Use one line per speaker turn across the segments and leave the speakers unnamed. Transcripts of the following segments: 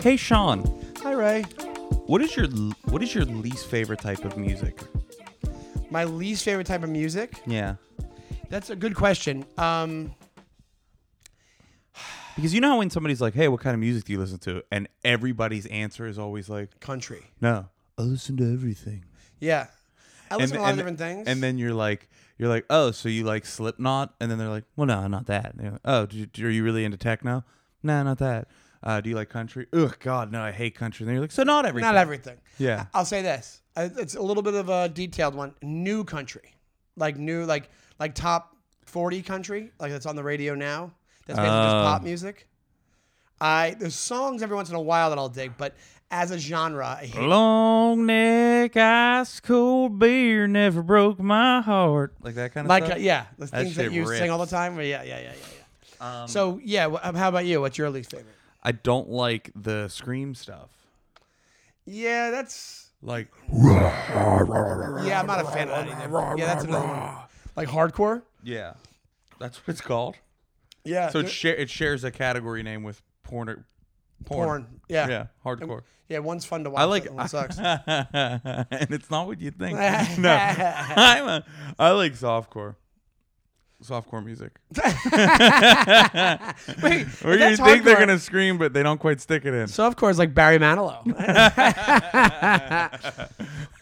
Hey, Sean,
Hi, Ray.
what is your what is your least favorite type of music?
My least favorite type of music?
Yeah,
That's a good question. Um,
because you know how when somebody's like, "Hey, what kind of music do you listen to?" and everybody's answer is always like,
country.
"No, I listen to everything."
Yeah. I listen to a lot
and,
of different things.
And then you're like, you're like, "Oh, so you like Slipknot?" And then they're like, "Well, no, not that." And you're like, "Oh, do you- do- are you really into techno?" No, not that. Uh, do you like country? Ugh, God, no, I hate country. And then you're like, "So not everything."
not everything.
Yeah.
I- I'll say this. I- It's a little bit of a detailed one. New country, like new, like like top forty country, like that's on the radio now. That's basically
Oh.
just pop music. I there's songs every once in a while that I'll dig, but as a genre, I hate.
Long neck, ice cold beer never broke my heart. Like that kind of
Like
stuff.
uh, yeah, the things
shit
that you
rips.
sing all the time. But yeah, yeah, yeah, yeah. yeah. so yeah, wh- um, how about you? What's your least favorite?
I don't like the scream stuff.
Yeah, that's
Like
yeah. I'm not a fan of that either. Yeah, that's another one. like hardcore.
yeah, that's what it's called.
Yeah,
So it,
they're-
share, it shares a category name with porn. Or, porn.
porn. Yeah.
Yeah, hardcore.
Yeah, one's fun to watch.
I like.
but one sucks.
and it's not what you think. no, I'm a. I like softcore. Softcore music.
Wait,
Or you
that's
think they're
hardcore.
gonna scream, but they don't quite stick it in.
Softcore is like Barry Manilow.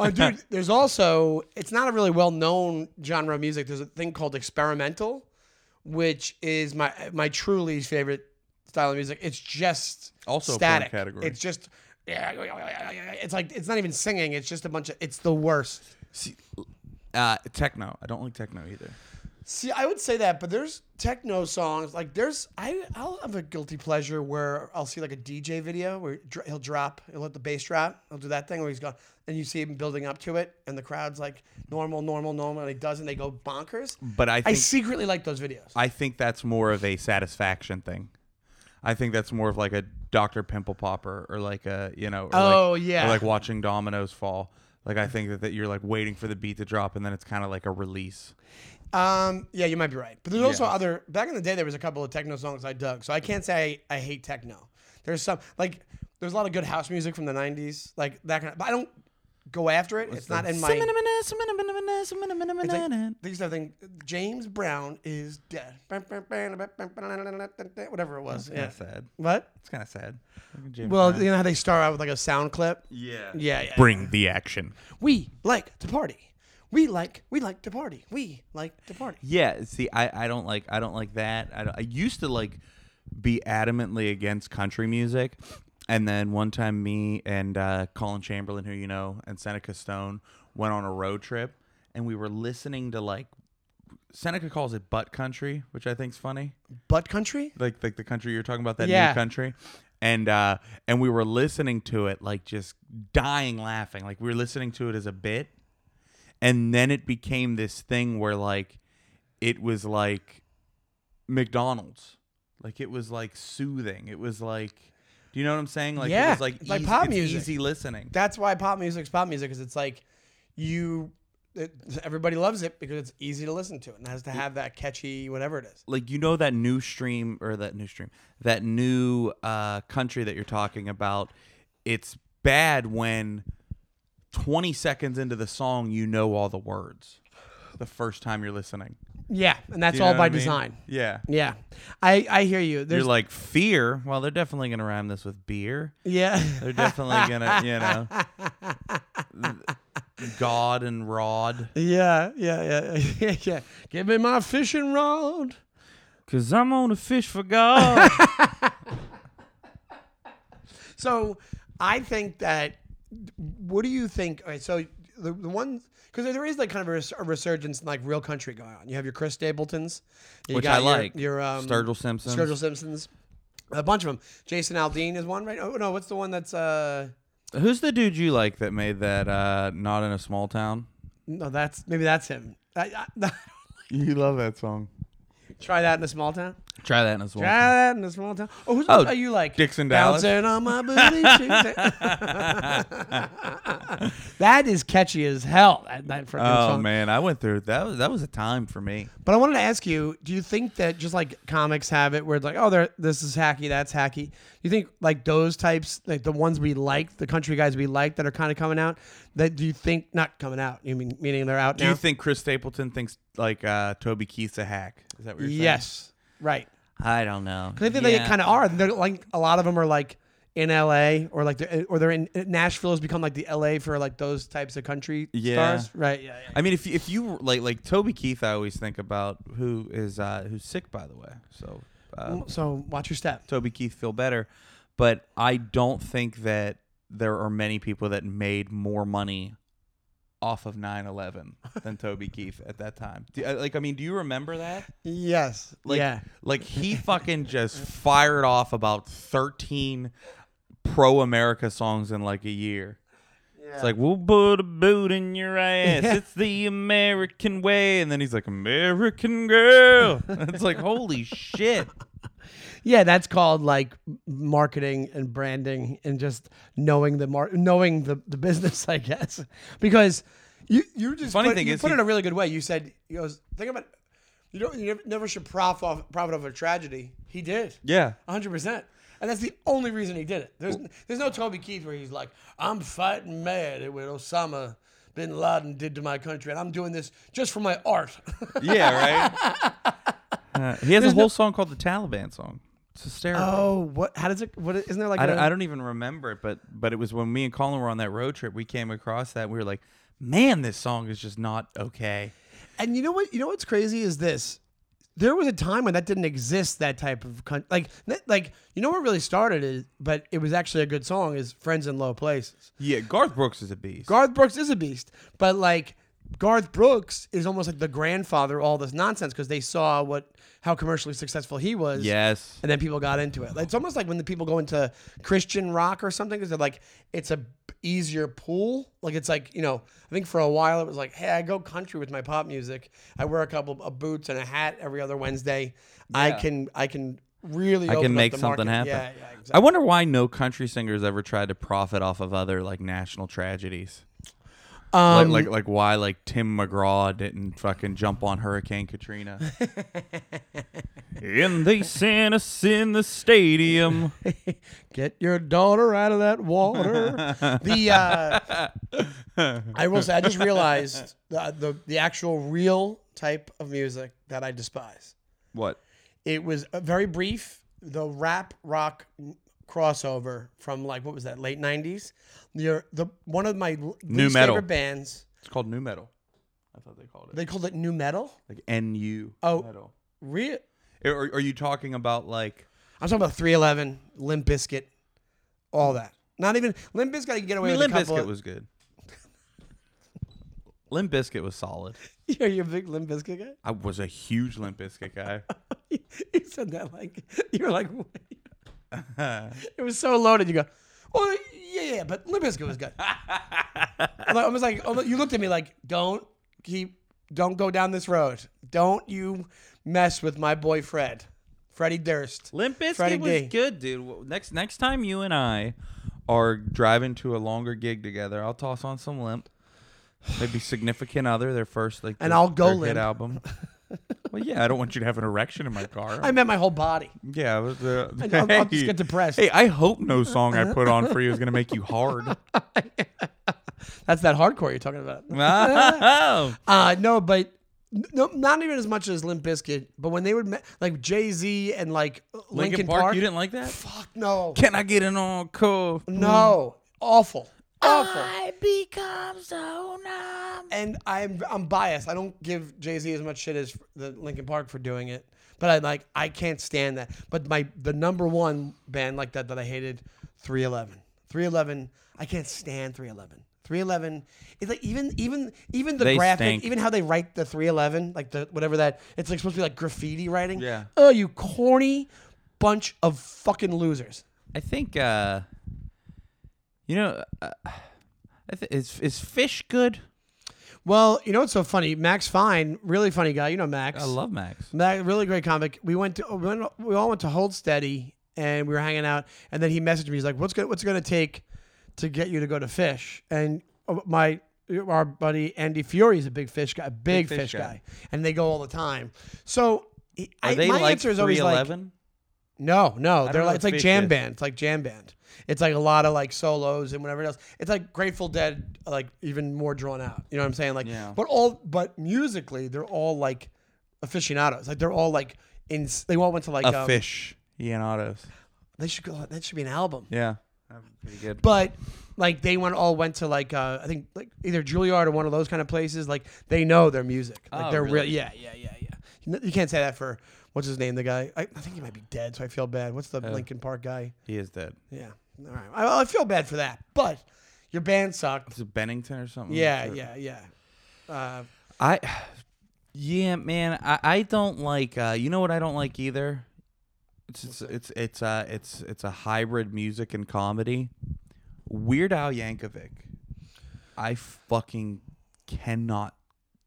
oh, dude, there's also it's not a really well-known genre of music. There's a thing called experimental, which is my my truly favorite style of music. It's just
Also a porn
static.
category.
It's just yeah, it's like it's not even singing. It's just a bunch of it's the worst.
See, uh, techno. I don't like techno either.
See, I would say that, but there's techno songs like there's I I'll have a guilty pleasure where I'll see like a DJ video where dr- he'll drop, he'll let the bass drop, he'll do that thing where he's gone, and you see him building up to it, and the crowd's like normal, normal, normal, and he does, and they go bonkers.
But I
I
think
secretly like those videos.
I think that's more of a satisfaction thing. I think that's more of like a Dr. Pimple Popper or like a, you know, or
Oh,
like,
yeah.
or like watching dominoes fall. Like I think that, that you're like waiting for the beat to drop and then it's kind of like a release.
Um, yeah, you might be right, but there's also
Yeah.
other. Back in the day, there was a couple of techno songs I dug, so I can't say I, I hate techno. There's some like there's a lot of good house music from the '90s, like that kind of. But I don't go after it. it's not in my. It's like, these are things. James Brown is dead. Whatever it was.
Kinda
Yeah.
sad.
What?
It's kind of sad.
Well, you know how they start out with like a sound clip.
yeah.
Yeah, yeah.
Bring the action.
We like to party. We like we like to party. We like to party.
Yeah, see, I, I don't like I don't like that. I, don't- I used to like be adamantly against country music, and then one time me and uh, Colin Chamberlain, who you know, and Seneca Stone went on a road trip, and we were listening to like Seneca calls it butt country, which I think's funny
Butt country.
like like the country you're talking about that
Yeah.
new country and uh and we were listening to it like just dying laughing like we were listening to it as a bit and then it became this thing where like it was like McDonald's like it was like soothing it was like do you know what I'm saying like it
Yeah,
was like,
like
easy,
pop
it's
music.
easy listening
That's why pop music's pop music because it's like you. It, everybody loves it because it's easy to listen to and it has to have that catchy whatever it is.
like you know that new stream or that new stream that new uh country that you're talking about it's bad when 20 seconds into the song you know all the words the first time you're listening
Yeah, and that's
You know
all
what
by
I mean?
design.
yeah
Yeah, I I hear you. There's
you're like fear well they're definitely gonna rhyme this with beer
yeah.
they're definitely gonna you know god and rod
Yeah, yeah, yeah, yeah, yeah. Give me my fishing rod.
because i'm on a fish for god
So I think that. What do you think? All right, so the, the one because there is like kind of a, res- a resurgence in like real country going on. You have your Chris Stapletons, you
Which I
got your-
like.
Your, um,
Sturgill Simpsons.
Sturgill Simpsons, a bunch of them. Jason Aldean is one, right? Oh no, what's the one that's uh?
who's the dude you like that made that uh not in a small town
No, that's maybe that's him. I, I,
you love that song
try that in a small town.
Try that as well.
Try that in a small town. Oh, who's
Oh,
are you like
Dixon Dallas.
bouncing on my booty? Tuesday? that is catchy as hell. That, that freaking
Oh
song.
man, I went through that. Was, that was a time for me.
But I wanted to ask you: Do you think that just like comics have it, where it's like, oh, they're, this is hacky, that's hacky? Do you think like those types, like the ones we like, the country guys we like that are kind of coming out? That do you think not coming out? You mean meaning they're out
Do
now?
you think Chris Stapleton thinks like uh, Toby Keith's a hack? Is that what you're saying?
yes, right.
I don't know.
I think they kind of are. They're like a lot of them are like in L.A. or like they're, or they're in Nashville has become like the L.A. for like those types of country
Yeah.
stars, right? Yeah, yeah.
I mean, if you, if you like like Toby Keith, I always think about who is uh, who's sick, by the way. So uh,
Um, So watch your step.
Toby Keith feel better, but I don't think that there are many people that made more money off of 9-11 than Toby Keith at that time. Do, uh, like, I mean, do you remember that?
Yes.
Like,
yeah.
Like he fucking just fired off about thirteen pro America songs in like a year. It's like we'll put a boot in your ass.
Yeah.
It's the American way, and then he's like American girl. it's like holy shit.
Yeah, that's called like marketing and branding and just knowing the mar- knowing the, the business, I guess. Because you you just
Funny
put,
thing
you
is
put
he-
it in a really good way. You said you goes think about you don't you never- never should profit off, profit off a tragedy. He did.
Yeah,
hundred percent. And that's the only reason he did it. There's there's no Toby Keith where he's like, I'm fighting mad at what Osama bin Laden did to my country, and I'm doing this just for my art.
yeah, right. Uh, he has a whole song called the Taliban song. It's hysterical.
oh, what? How does it? What is- isn't there like?
I,
a-
don't, I don't even remember it, but but it was when me and Colin were on that road trip. We came across that. And we were like, man, this song is just not okay.
And you know what? You know what's crazy is this. There was a time when that didn't exist. That type of con- like, that- like you know what really started it, but it was actually a good song. Is "Friends in Low Places."
Yeah, Garth Brooks is a beast.
Garth Brooks is a beast, but like Garth Brooks is almost like the grandfather of all this nonsense because they saw what how commercially successful he was.
yes.
And then people got into it. Like, It's almost like when the people go into Christian rock or something because they're like, it's a easier pool. Like it's like you know, I think for a while it was like, hey, I go country with my pop music. I wear a couple of boots and a hat every other Wednesday. I
Yeah.
can I can really
I
open
can
up
make
the
something
market.
happen.
Yeah, yeah, exactly.
I wonder why no country singers ever tried to profit off of other like national tragedies. Like,
Um,
like like why like Tim McGraw didn't fucking jump on Hurricane Katrina. and they sent us in the stadium.
Get your daughter out of that water. the uh, I will say, I just realized the, uh, the the actual real type of music that I despise.
What?
It was uh, very brief. The rap rock crossover from like what was that late nineties? The the one of my l-
Nu
least
metal.
favorite bands.
It's called new metal. I thought they called it
They called it new metal.
like NU
Oh.
metal.
Real.
Are, are you talking about like
I'm talking about Three Eleven, Limp Bizkit, all that. Not even Limp Bizkit. I can get away
I mean,
with
Limp
a couple.
Bizkit
of-
was good. Limp Bizkit was solid.
Are you a big Limp Bizkit guy?
I was a huge Limp Bizkit guy.
you said that like you were like what? it was so loaded. You go, oh yeah, yeah, but Limp Bizkit was good. I'm like- I was like, almost- you looked at me like, don't keep, don't go down this road. Don't you mess with my boy Fred, Freddie Durst.
Limp Bizkit
Friday
was
day.
good, dude. Well, Next next time you and I are driving to a longer gig together, I'll toss on some Limp. Maybe significant other, their first like
And
their-
I'll go
their hit
Limp.
album. well, yeah, I don't want you to have an erection in my car.
I meant my whole body.
yeah, I was, uh,
I'll- I'll just
hey.
get depressed.
Hey, I hope no song I put on for you is gonna make you hard.
That's that hardcore you're talking about.
Wow.
Uh no, but n- no, not even as much as Limp Bizkit. But when they would me- like Jay Z and like Lincoln,
Lincoln Park,
Park,
you didn't like that?
fuck no,
Can I get an encore?
no, awful, awful.
I become so numb.
and I'm I'm biased. I don't give Jay Z as much shit as the Linkin Park for doing it, but I like I can't stand that. But my the number one band like that that I hated, Three Eleven. Three Eleven. I can't stand Three Eleven. Three Eleven. It's like even even even the
They
graphic,
stink.
even how they write the Three Eleven, like the whatever that. It's like supposed to be like graffiti writing.
Yeah.
Oh, you corny bunch of fucking losers.
I think, uh, you know, uh, I th- is is fish good?
Well, you know what's so funny? Max Fine, really funny guy. You know Max.
I love Max.
Mac, really great comic. We went to we, went, we all went to Hold Steady and we were hanging out. And then he messaged me. He's like, "What's gonna, what's going to take to get you to go to Fish?" And uh, my our buddy Andy Fury is a big Fish guy, big,
Fish
Fish guy.
guy.
and they go all the time. So he-
Are
I,
they
my
like
answer is always like,
311?
no, no,
know
they're
what
like it's like
Fish
jam
is.
band. It's like jam band. It's like a lot of like solos and whatever else. It's like Grateful Dead, like even more drawn out. You know what I'm saying? Like,
Yeah.
but all but musically, they're all like aficionados. Like they're all like in. They all went to like
a
um,
fish. Ian Otto's.
They should go. That should be an album.
Yeah. That'd be Pretty good.
But like they went all went to like uh, I think like either Juilliard or one of those kind of places. Like they know their music. Like
Oh,
they're real.
really?
Yeah, yeah, yeah, yeah. You know- You can't say that for what's his name? The guy. I, I think he might be dead, so I feel bad. What's
Uh,
the Lincoln Park guy?
he is dead.
Yeah. All right. I, I feel bad for that, but your band sucked.
Is it Bennington or something?
Yeah,
Or-
yeah, yeah. Uh,
I yeah, man, I, I don't like uh you know what I don't like either? It's it's it's it's uh it's it's a hybrid music and comedy. Weird Al Yankovic. I fucking cannot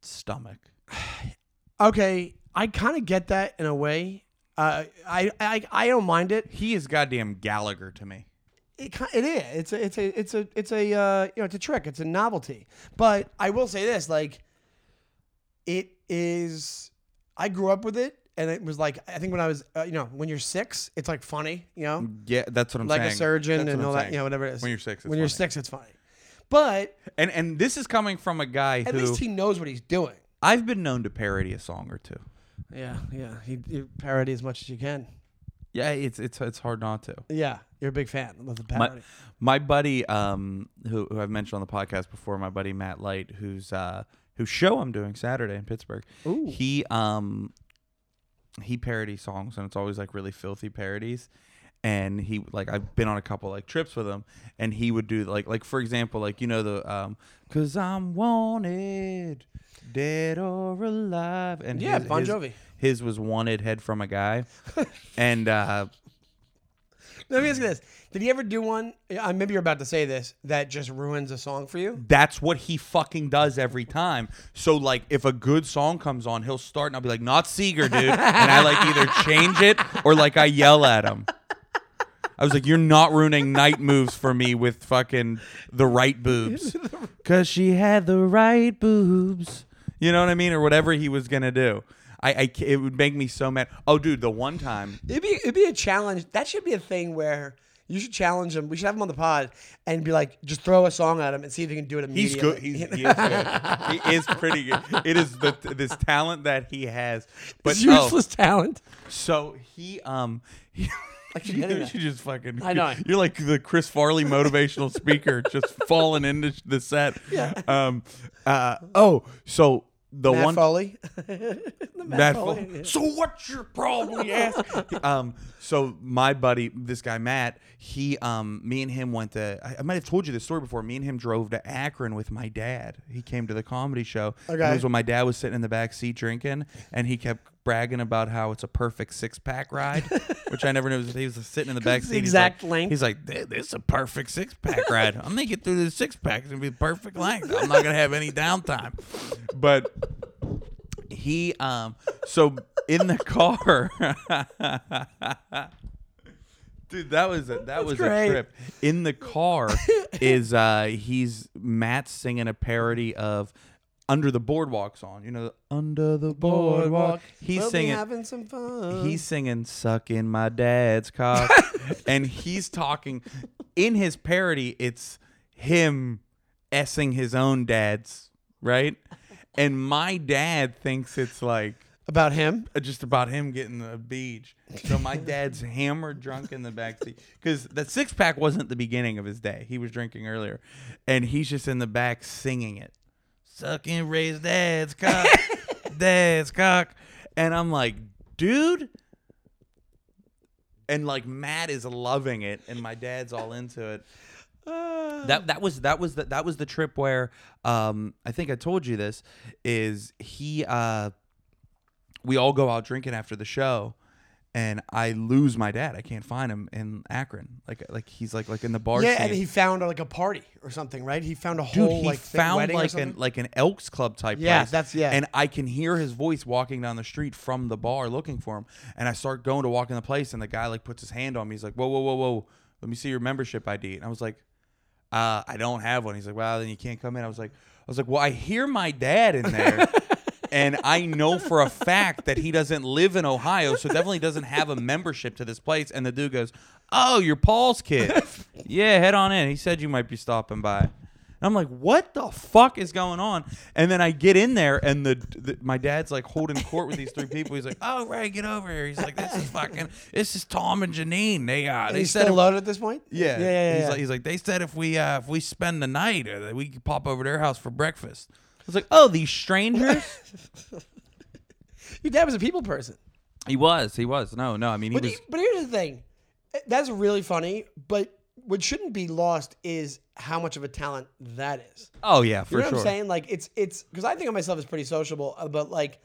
stomach.
Uh, okay, I kind of get that in a way. Uh, I, I I don't mind it.
He is goddamn Gallagher to me.
It ki- it is. It's a it's a it's a it's a uh, you know it's a trick. It's a novelty. But I will say this: like, it is. I grew up with it, and it was like I think when I was uh, you know when you're six, it's like funny. You know,
Yeah, that's what I'm
like
Mm, saying.
a surgeon
That's what
and
I'm
all that.
saying.
You know, whatever it is.
When you're six, it's
when you're
funny.
six, it's funny. But
and and this is coming from a guy
at
who
least he knows what he's doing.
I've been known to parody a song or two.
Yeah, yeah. You, you parody as much as you can.
Yeah, it's it's it's hard not to.
Yeah, you're a big fan of the
my,
parody.
my buddy um who, who I've mentioned on the podcast before, my buddy Matt Light, who's uh whose show I'm doing Saturday in Pittsburgh.
Ooh.
He um he parodies songs and it's always like really filthy parodies. And he like I've been on a couple like trips with him and he would do like like for example, like you know the um cause I'm wanted dead or alive and
Yeah,
his-
Bon
his-
Jovi.
his was wanted head from a guy. and uh
Let me ask you this: Did he ever do one? Uh, maybe you're about to say this that just ruins a song for you.
that's what he fucking does every time. So like if a good song comes on, he'll start and I'll be like, not Seeger, dude. And I like either change it or like I yell at him. I was like, you're not ruining night moves for me with fucking the right boobs. Cause she had the right boobs. You know what I mean? Or whatever he was gonna do. I, I ca- it would make me so mad. Oh dude, the one time
It'd be it'd be a challenge. That should be a thing where you should challenge him. We should have him on the pod and be like, just throw a song at him and see if he can do it
He's
immediately.
good. He's, he is good. He is pretty good. It is the this talent that he has. But
It's
oh,
useless talent.
So he um he,
keep getting
you
that.
should just fucking
I know.
you're like the Chris Farley motivational speaker just falling into sh- the set.
Yeah.
Um uh oh so the
Matt
one
Foley.
Matt
Foley,
Fo-
yeah.
So what's your problem? Yes. um. So my buddy, this guy Matt, he, um, me and him went to. I, I might have told you this story before. Me and him drove to Akron with my dad. He came to the comedy show. And
Okay.
it was when my dad was sitting in the back seat drinking, and he kept bragging about how it's a perfect six pack ride, which I never knew. He was sitting in the back
it's
seat.
the
he's like-
exact length.
He's like, "Th- this is a perfect six pack ride. I'm gonna get through this six pack. It's gonna be the perfect length. I'm not gonna have any downtime. But he um so in the car dude that was a, that was
great.
a trip in the car is uh he's matt singing a parody of under the boardwalk's on you know under the boardwalk he's
We'll be
singing
having some fun.
he's singing sucking my dad's cock and he's talking in his parody it's him essing his own dad's right and my dad thinks it's like
about him.
uh, just about him getting the beach. So my dad's hammered drunk in the backseat because the six pack wasn't the beginning of his day. He was drinking earlier, and he's just in the back singing it, sucking Ray's dad's cock, dad's cock, and I'm like, dude. And like Matt is loving it, and my dad's all into it
Uh,
that that was that was the, that was the trip where um I think I told you this is he uh we all go out drinking after the show and I lose my dad. I can't find him in Akron. Like like he's like like in the bar.
yeah,
scene.
and he found like a party or something, right? He found a
Dude,
whole
he
like thing-
found
wedding or
like an
something?
like an Elks Club type
Yeah,
place.
that's- yeah.
And I can hear his voice walking down the street from the bar looking for him. And I start going to walk in the place, and the guy like puts his hand on me. He's like, "Whoa, whoa, whoa, whoa! Let me see your membership ID." And I was like, uh, "I don't have one." He's like, "Well, then you can't come in." I was like, "I was like, well, I hear my dad in there." And I know for a fact that he doesn't live in Ohio, so definitely doesn't have a membership to this place. And the dude goes, "Oh, you're Paul's kid. yeah, head on in. He said you might be stopping by." And I'm like, what the fuck is going on? And then I get in there, and the, the my dad's like holding court with these three people. He's like, oh Ray, get over here. He's like, this is fucking, this is Tom and Janine. They uh,
And
they
he's
said,
still
if,
loaded at this point.
yeah,
yeah, yeah.
He's
yeah.
like, he's like, they said if we uh, if we spend the night, uh, that we could pop over to their house for breakfast. I was like, oh, these strangers.
Your dad was a people person.
he was, he was. No, no. I mean, he
But,
was.
he- but here's the thing, Eh, that's really funny. But what shouldn't be lost is how much of a talent that is.
oh yeah, for
You know
sure.
what I'm saying? Like it's it's because I think of myself as pretty sociable, uh, but like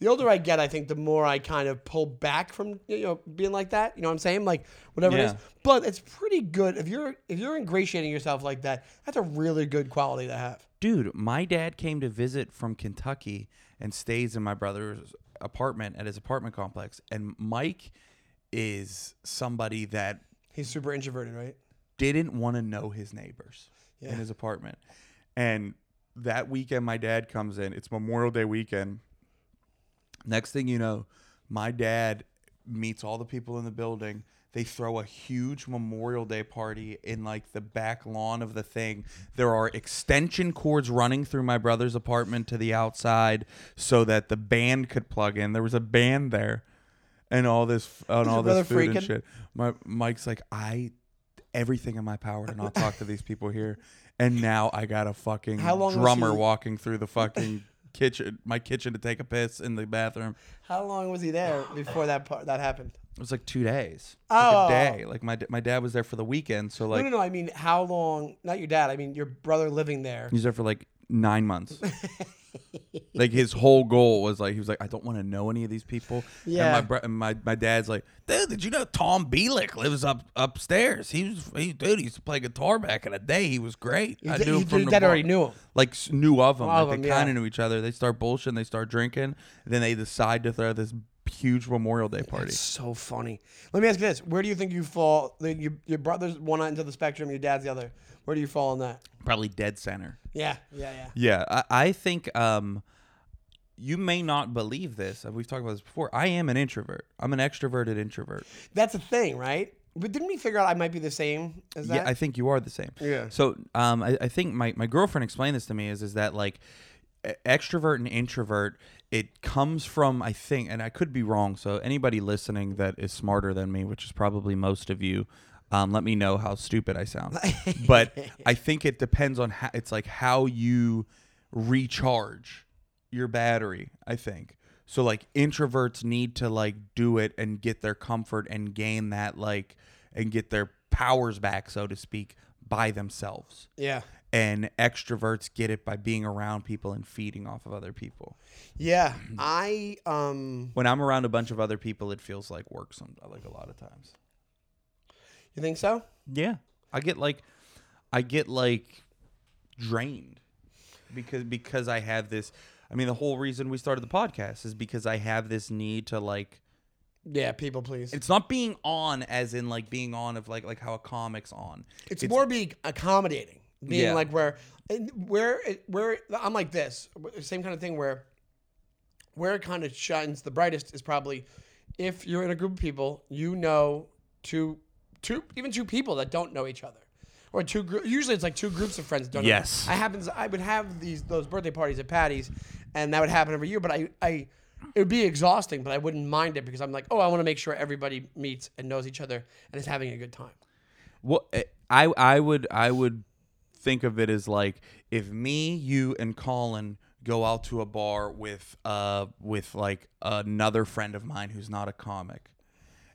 the older I get, I think the more I kind of pull back from you know being like that. You know what I'm saying? Like whatever it is.
Yeah.
But it's pretty good if you're if you're ingratiating yourself like that. That's a really good quality to have.
dude, my dad came to visit from Kentucky and stays in my brother's apartment at his apartment complex. And Mike is somebody that
He's super introverted, right?
didn't want to know his neighbors
Yeah.
in his apartment. And that weekend, my dad comes in. It's Memorial Day weekend. Next thing you know, my dad meets all the people in the building. They throw a huge Memorial Day party in like the back lawn of the thing. There are extension cords running through my brother's apartment to the outside so that the band could plug in. There was a band there and all this and all
brother
this food and
freaking?
shit. My Mike's like I everything in my power to not talk to these people here. And now I got a fucking
How long was
drummer
he-
walking through the fucking kitchen, my kitchen to take a piss in the bathroom.
How long was he there before that part that happened?
It was like two days, It's like
Oh.
a day. Like my d- my dad was there for the weekend, so like
no, no, no. I mean, how long? Not your dad. I mean, your brother living there.
he's there for like nine months. like his whole goal was like he was like I don't want to know any of these people. And
Yeah.
my, bro- and my my dad's like, dude, did you know Tom Bielik lives up upstairs? He was he dude he used to play guitar back in the day. He was great. I
d-
knew
your
him from the
dad
bar."
already knew him.
like s- knew of them.
Of
like
them,
they
yeah.
kind of knew each other. They start bullshitting. They start drinking. Then they decide to throw this huge Memorial Day party.
So funny. Let me ask you this: Where do you think you fall? the- Your, your brother's one end of the spectrum, your dad's the other. Where do you fall on that?
Probably dead center.
Yeah, yeah, yeah.
Yeah, I, I think um, you may not believe this. We've talked about this before. I am an introvert. I'm an extroverted introvert.
That's a thing, right? But didn't we figure out I might be the same as that?
Yeah, I think you are the same.
Yeah.
So um, I, I think my, my girlfriend explained this to me is is that like e- extrovert and introvert it comes from I think and I could be wrong. So anybody listening that is smarter than me, which is probably most of you. Um, let me know how stupid I sound, but I think it depends on how it's like how you recharge your battery. I think so. Like introverts need to like do it and get their comfort and gain that like and get their powers back, so to speak, by themselves.
yeah,
And extroverts get it by being around people and feeding off of other people.
yeah. I um,
When I'm around a bunch of other people, it feels like work some like a lot of times.
you think so?
Yeah, I get like, I get like drained because because I have this. I mean, the whole reason we started the podcast is because I have this need to like.
Yeah, people please. It's,
It's not being on as in like being on of like like how a comic's on.
more being accommodating, being
Yeah.
like where, and where, it, where it- I'm like this, same kind of thing where, where it kind of shines the brightest is probably if you're in a group of people, you know, two, two, even two people that don't know each other. Or two groups. Usually, it's like two groups of friends. that Don't know-
Yes.
I happens. I would have these those birthday parties at Patty's, and that would happen every year. But I, I, it would be exhausting, but I wouldn't mind it because I'm like, oh, I want to make sure everybody meets and knows each other and is having a good time.
Well, eh, I I would I would think of it as like if me, you, and Colin go out to a bar with uh with like another friend of mine who's not a comic,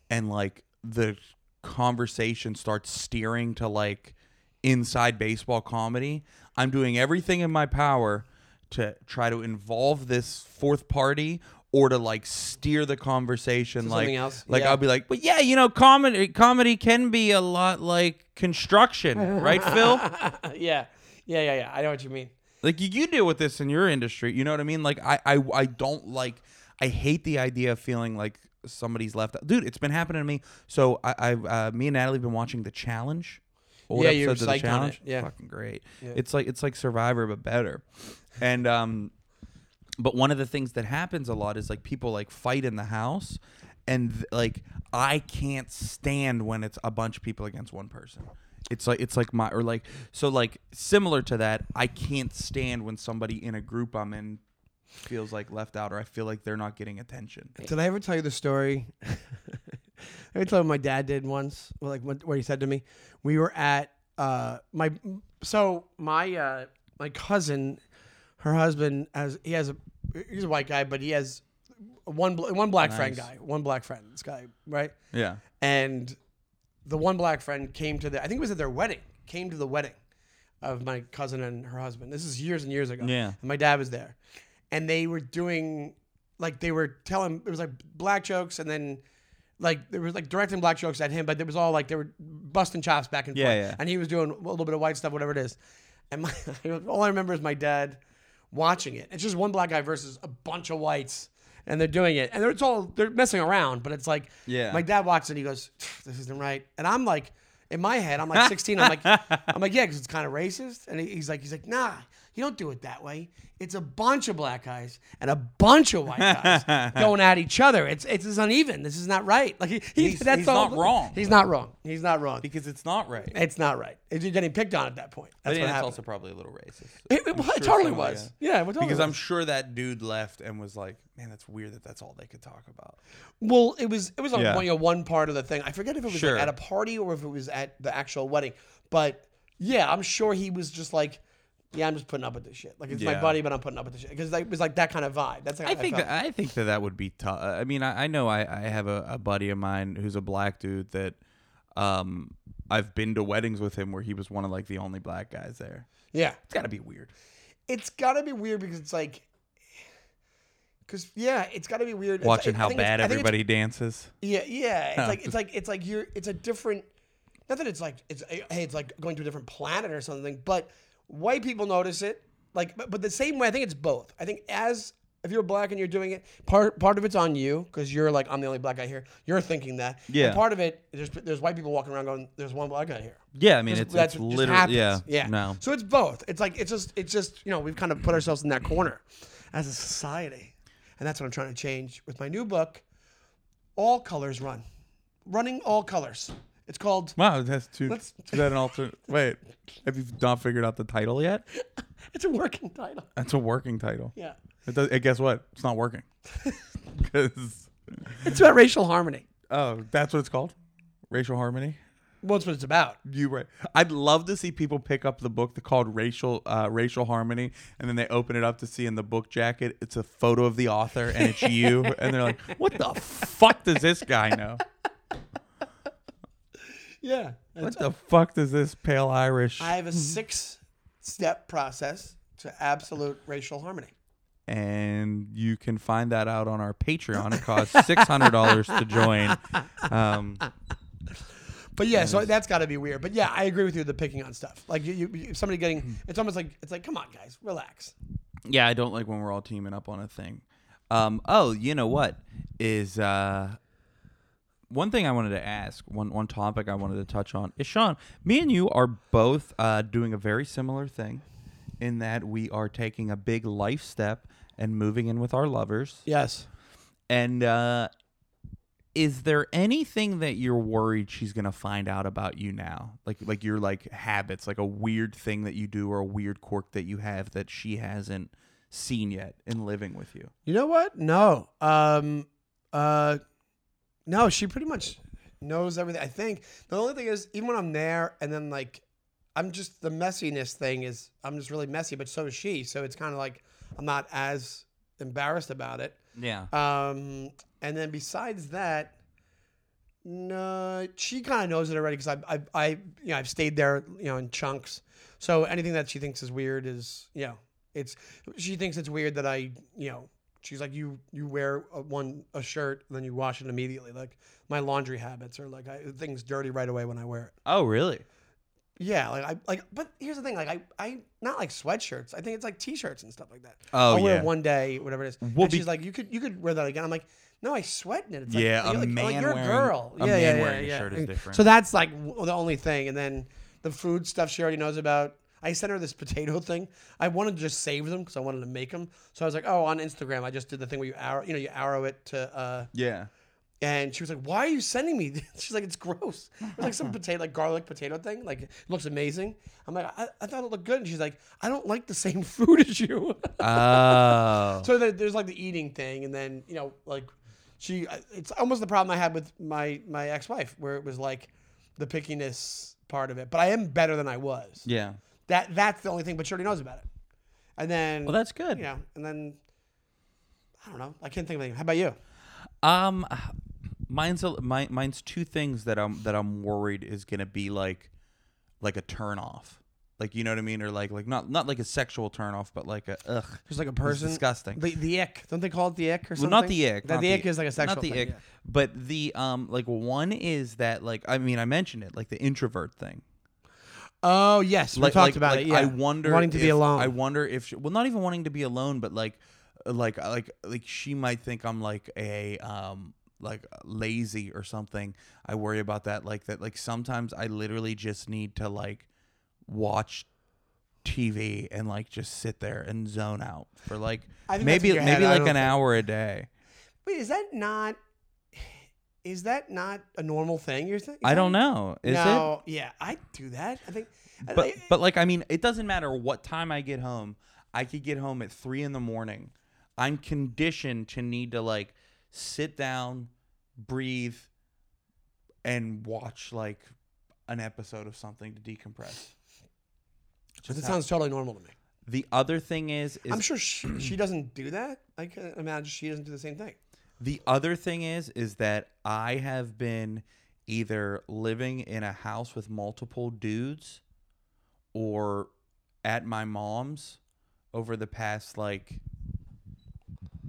and like the conversation starts steering to like inside baseball comedy. I'm doing everything in my power to try to involve this fourth party or to like steer the conversation like
something else?
like
Yeah.
I'll be like, "But yeah, you know, comedy comedy can be a lot like construction, right, Phil?"
yeah, yeah, yeah, yeah. I know what you mean.
Like you, you deal with this in your industry. You know what I mean? Like I, I, I don't like. I hate the idea of feeling like somebody's left out. Dude, it's been happening to me. So I, I uh, me and Natalie have been watching The Challenge. Old
Yeah, you were
episodes of
psyched on it. Yeah.
fucking great. It's like it's like Survivor but better. And um, but one of the things that happens a lot is like people like fight in the house, and th- like I can't stand when it's a bunch of people against one person. It's like it's like my or like so like similar to that. I can't stand when somebody in a group I'm in feels like left out or I feel like they're not getting attention.
Did I ever tell you the story? I ever tell you what my dad did once. Well, like what, what he said to me. We were at uh, my so my uh, my cousin, her husband has he has a he's a white guy, but he has one bl- one black friend
Nice.
guy, one black friend this guy, right?
Yeah.
and the one black friend came to the I think it was at their wedding came to the wedding of my cousin and her husband. This is years and years ago.
Yeah.
and my dad was there, and they were doing like they were telling it was like black jokes and then like there was like directing black jokes at him, but it was all like they were busting chops back and
Yeah,
forth,
yeah.
and he was doing a little bit of white stuff, whatever it is, and my, all I remember is my dad watching it. It's just one black guy versus a bunch of whites. And they're doing it, and they're- it's all they're messing around, but it's like
Yeah.
my dad walks in, he goes, "This isn't right," and I'm like, in my head, I'm like 16. I'm like, I'm like, yeah, because it's kind of racist. And he- he's like, he's like, nah, you don't do it that way. It's a bunch of black guys and a bunch of white guys going at each other. It's it's, it's uneven. This is not right. Like he, he-
He's-
that's
he's
all-
not wrong.
He's not wrong. He's not wrong.
Because it's not right.
It's not right. You're getting picked on at that point. That's what
it's
happened.
also probably a little racist.
it, it,
I'm sure
totally
some of the
was.
guy-
Yeah, it totally
Because
was.
I'm sure that dude left and was like, "Man, that's weird that that's all they could talk about."
Well, it was it was on
Yeah.
one, you know, one part of the thing. I forget if it was like,
Sure.
at a party or if it was at the actual wedding. But yeah, I'm sure he was just like, yeah, I'm just putting up with this shit. Like it's my
Yeah.
buddy, but I'm putting up with this shit because it was like that kind of vibe. That's like,
I think
felt.
that, I think that that would be tough. I mean, I, I know I, I have a, a buddy of mine who's a black dude that um, I've been to weddings with him where he was one of like the only black guys there.
yeah,
It's got to be weird.
it's got to be weird because it's like, because yeah, it's got to be weird It's-
Watching
I
how
think it's-
bad
I think it's
everybody dances.
Yeah, yeah. It's like it's like it's like you're it's a different not that it's like it's hey, it's like going to a different planet or something, but white people notice it. Like but, but the same way I think it's both. I think as if you're black and you're doing it, part part of it's on you because you're like I'm the only black guy here. You're thinking that. And
Yeah.
part of it there's there's white people walking around going there's one black guy here.
Yeah, I mean,
Just-
it's,
that's
it's
what just
literally
happens.
yeah,
yeah.
No,
So it's both. It's like it's just it's just you know we've kind of put ourselves in that corner as a society, and that's what I'm trying to change with my new book, All Colors Run, running all colors. It's called.
wow, that's too.
Let's-
is that an alternate? Wait, have you not figured out the title yet?
It's a working title.
That's a working title.
Yeah.
It does, and guess what? It's not working. 'Cause-
It's about racial harmony.
oh, that's what it's called. Racial harmony.
Well, that's what it's about.
You right. I'd love to see people pick up the book that called racial uh, racial harmony, and then they open it up to see in the book jacket it's a photo of the author and it's you, and they're like, "What the fuck does this guy know?
Yeah.
What the fuck does this pale Irish?"
I have a six-step process to absolute racial harmony.
and you can find that out on our Patreon. It costs six hundred dollars to join. Um,
But yeah, so that's got to be weird. But yeah, I agree with you. with The picking on stuff, like you, you, you somebody
Hmm.
getting, it's almost like it's like, come on, guys, relax.
Yeah, I don't like when we're all teaming up on a thing. Um, oh, you know what is uh, one thing I wanted to ask. One one topic I wanted to touch on is Sean. Me and you are both uh, doing a very similar thing, in that we are taking a big life step and moving in with our lovers.
Yes.
And uh, is there anything that you're worried she's gonna find out about you now? Like like your like habits, like a weird thing that you do or a weird quirk that you have that she hasn't seen yet in living with you.
You know what? No. Um uh no, she pretty much knows everything. I think the only thing is even when I'm there and then like I'm just the messiness thing is I'm just really messy, but so is she. So it's kind of like I'm not as embarrassed about it.
Yeah.
Um and then besides that no, she kind of knows it already because I, I, I, you know, I've stayed there, you know, in chunks. So anything that she thinks is weird is, you know, it's she thinks it's weird that I, you know, She's like, you you wear a, one a shirt and then you wash it immediately. Like my laundry habits are like I, things dirty right away when I wear it.
Oh, really?
Yeah, like I like. But here's the thing, like I I not like sweatshirts. I think it's like t-shirts and stuff like that.
Oh,
I'll wear
yeah.
it one day, whatever it is.
We'll
and
be-
she's like, you could you could wear that again. I'm like, no, I sweat in it. It's
Yeah, a
like, you're like, like,
man
you're
wearing-
a girl.
a
yeah,
man
yeah, yeah,
wearing a
yeah.
shirt is
And
different.
So that's like w- the only thing. And then the food stuff she already knows about. I sent her this potato thing. I wanted to just save them because I wanted to make them. So I was like, oh, on Instagram, I just did the thing where you arrow, you know, you arrow it to. uh
Yeah.
and she was like, "Why are you sending me?" this?" She's like, "It's gross. It's like some potato, like garlic potato thing. Like it looks amazing." I'm like, "I, I thought it looked good." And she's like, "I don't like the same food as you."
Oh.
so there, there's like the eating thing, and then you know, like she, I- it's almost the problem I had with my my ex wife, where it was like the pickiness part of it. But I am better than I was.
yeah.
That that's the only thing. But she already knows about it. And then,
Well, that's good.
you know, and then I don't know. I can't think of anything. How about you?
Um, mine's a, mine, mine's two things that I'm that I'm worried is gonna be like, like a turn off, like you know what I mean, or like like not not like a sexual turn off, but like a ugh,
Just like a
it's
person.
disgusting.
The, the ick. Don't they call it the ick or
Well,
something?
not the ick.
The,
not
the ick is like a sexual
Not the
thing,
ick,
yeah.
but the um like one is that like I mean I mentioned it like the introvert thing.
Oh, yes. we
like,
talked
like-
about
like,
it. Yeah.
I wonder
Wanting to be
if-
alone.
I wonder if she, well, not even wanting to be alone, but like, like, like, like she might think I'm like a um like lazy or something. I worry about that. Like that. Like sometimes I literally just need to like watch TV and like just sit there and zone out for like
I think that's
maybe
in your head.
maybe
I
like
don't
an
think-
hour a day.
Wait, is that not. Is that not a normal thing you're saying?
I don't know. Is it?
no, yeah, I do that. I think, I-
but
I-
but like I mean, it doesn't matter what time I get home. I could get home at three in the morning. I'm conditioned to need to like sit down, breathe, and watch like an episode of something to decompress.
but
Just
it
how-
sounds totally normal to me.
the other thing is, is
I'm sure she, she doesn't do that. I can imagine she doesn't do the same thing.
The other thing is is that I have been either living in a house with multiple dudes or at my mom's over the past like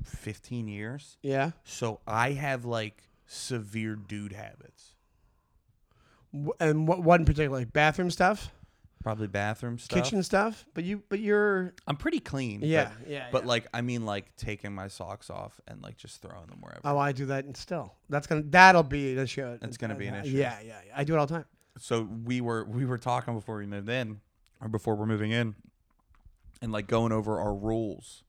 15 years.
Yeah.
So I have like severe dude habits.
And what, what in particular? Like bathroom stuff,
Probably bathroom stuff.
kitchen stuff? But you, but you're.
I'm pretty clean. but-
Yeah, yeah,
But
yeah.
like I mean like taking my socks off and like just throwing them wherever.
Oh, I do that and still. That's gonna that'll be an issue.
That's gonna be an issue.
Yeah, yeah, yeah. I do it all the time.
so we were we were talking before we moved in or before we're moving in and like going over our rules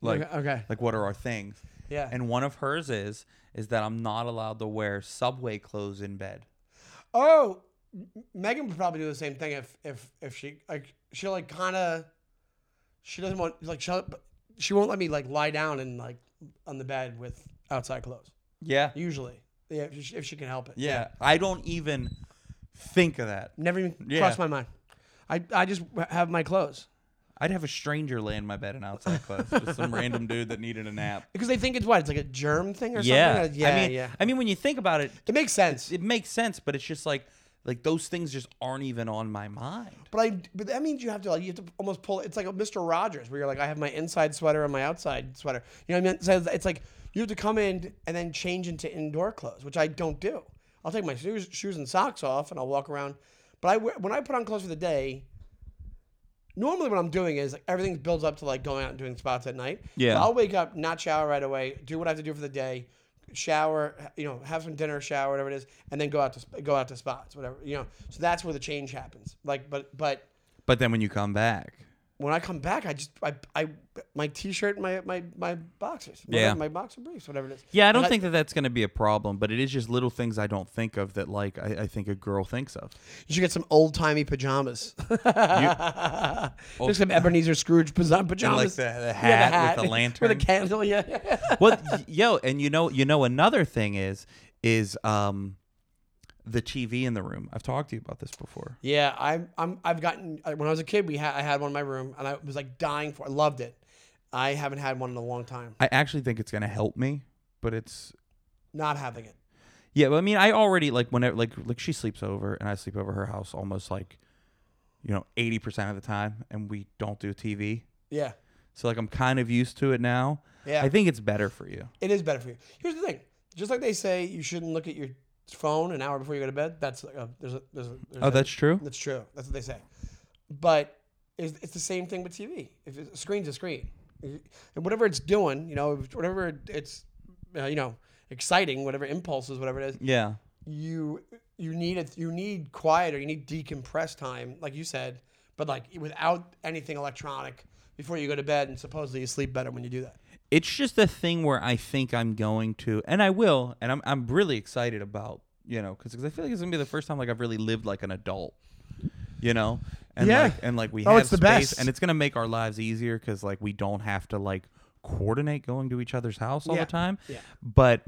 like
okay, okay.
like what are our things
yeah.
and one of hers is is that i'm not allowed to wear subway clothes in bed
oh, M- Megan would probably do the same thing if if if she like she like kind of she doesn't want like she she won't let me like lie down and like on the bed with outside clothes
yeah
usually. Yeah, if she, if she can help it.
yeah, i don't even think of that
Never even
Yeah.
crossed my mind. I I just have my clothes
i'd have a stranger lay in my bed in outside clothes just some random dude that needed a nap
because they think it's what it's like a germ thing or
yeah
something. Yeah,
i mean
yeah.
i mean when you think about it
It makes sense.
it makes sense but it's just like like those things just aren't even on my mind
But I, but that means you have to like you have to almost pull. It's like a Mister Rogers, where you're like, I have my inside sweater and my outside sweater. You know what I mean? So it's- it's like you have to come in and then change into indoor clothes, which I don't do. I'll take my shoes, shoes and socks off, and I'll walk around. But I wear- when I put on clothes for the day, normally what I'm doing is like everything builds up to like going out and doing spots at night.
Yeah.
So I'll wake up, not shower right away, do what I have to do for the day, shower, ha- you know, have some dinner, shower, whatever it is, and then go out to sp- go out to spots, whatever, you know. So that's where the change happens. Like, but but
but then when you come back
when I come back, I just I I my t-shirt, my my my boxers,
Yeah.
whatever, my boxer briefs, whatever it is.
Yeah, I
And
don't think that that's going to be a problem, but it is just little things I don't think of that like I, I think a girl thinks of.
you should get some old timey pajamas. Just some Ebenezer Scrooge pajam- pajamas.
the- the
Yeah,
hat with the lantern.
with a candle. Yeah.
well, y- yo, and you know, you know, another thing is is um, the TV in the room. I've talked to you about this before.
Yeah, I'm. I'm. I've gotten. uh, When I was a kid, we had. I had one in my room, and I was like dying for. it. I loved it. I haven't had one in a long time.
I actually think it's going to help me, but it's
Not having it.
yeah. But I mean, I already like whenever like like she sleeps over and I sleep over her house almost like you know eighty percent of the time, and we don't do TV.
Yeah.
So like I'm kind of used to it now.
Yeah.
I think it's better for you.
It is better for you. Here's the thing: just like they say, you shouldn't look at your phone an hour before you go to bed. That's uh, there's a there's, a, there's
Oh,
a-
that's true.
that's true. That's what they say. But it's, it's the same thing with TV. If it's, a screen's a screen, and whatever it's doing, you know, if- whatever it's, uh, you know, exciting, whatever impulses, whatever it is,
Yeah.
you you need it. You need quiet or you need decompress time, like you said. But like without anything electronic before you go to bed, and supposedly you sleep better when you do that.
it's just a thing where I think I'm going to, and I will, and I'm I'm really excited about you know because I feel like it's gonna be the first time like I've really lived like an adult, you know, and
Yeah.
like, and like we
Oh,
have
it's the
space,
best.
and it's gonna make our lives easier because like we don't have to like coordinate going to each other's house all
Yeah.
the time,
Yeah.
but.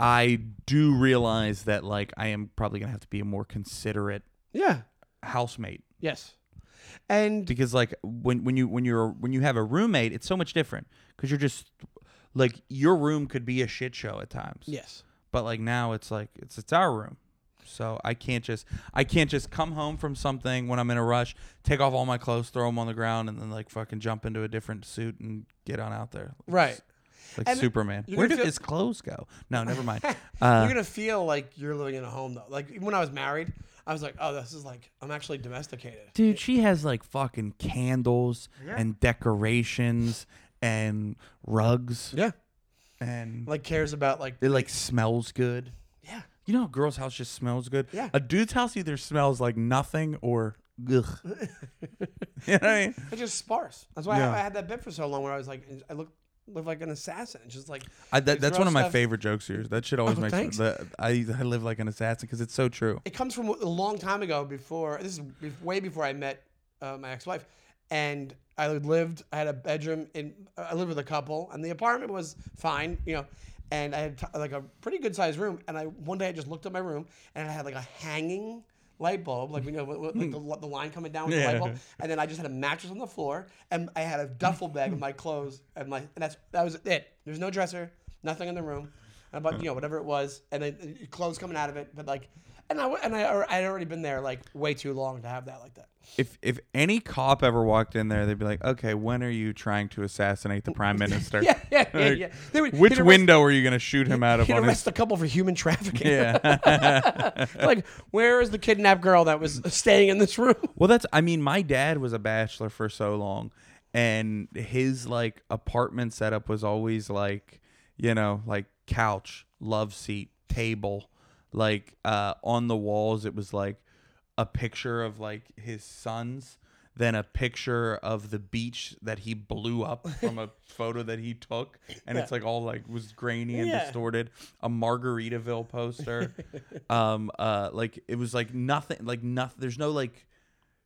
I do realize that like I am probably gonna have to be a more considerate
Yeah.
housemate
Yes. And
because like when when you when you're when you have a roommate, it's so much different because you're just like your room could be a shit show at times.
yes.
But like now, it's like it's it's our room, so I can't just I can't just come home from something when I'm in a rush, take off all my clothes, throw them on the ground, and then like fucking jump into a different suit and get on out there. Like,
Right.
it's Like
And
Superman.
you're
Where
gonna
did
feel-
his clothes go? No, never mind. Uh,
you're gonna feel like you're living in a home though. Like even when I was married, I was like, oh, this is like I'm actually domesticated.
Dude, she has like fucking candles and decorations and rugs
Yeah.
and
Like cares about like
It like smells good.
yeah.
You know, a girl's house just smells good.
Yeah.
A dude's house either smells like nothing or ugh. you know what I mean?
It's just sparse. That's why
Yeah.
I, I had that bed for so long where I was like, I look live like an assassin. It's just like
I, that,
You
that's
throw
one of my
stuff-
favorite jokes here. That shit always
Oh,
makes
thanks.
me. That, I, I live like an assassin because it's so true.
it comes from a long time ago before this is be- way before I met uh, my ex-wife and I lived I had a bedroom in I lived with a couple and the apartment was fine you know and I had t- like a pretty good sized room and I one day I just looked at my room and I had like a hanging light bulb like we know with- with, like the, li- the line coming down with the light bulb and then I just had a mattress on the floor and I had a duffel bag with my clothes and my and that's that was it there's no dresser nothing in the room and about you know whatever it was, and then uh, clothes coming out of it. But like, and I w- and I al- I'd already been there like way too long to have that like that.
If if any cop ever walked in there, they'd be like, "Okay, when are you trying to assassinate the prime minister?
Yeah, yeah, yeah.
Like,
yeah. They would,
Which
he'd arrest-
window are you going to shoot him out of
He'd
on
arrest
his?"
the couple for human trafficking.
Yeah.
like, where is the kidnapped girl that was staying in this room?
Well, that's. I mean, my dad was a bachelor for so long, and his like apartment setup was always like, you know, like couch, love seat, table, like uh, on the walls. It was like a picture of like his sons, then a picture of the beach that he blew up from a photo that he took, and it's like all like was grainy and
Yeah.
distorted. A Margaritaville poster, um, uh, like it was like nothing, like nothing. There's no like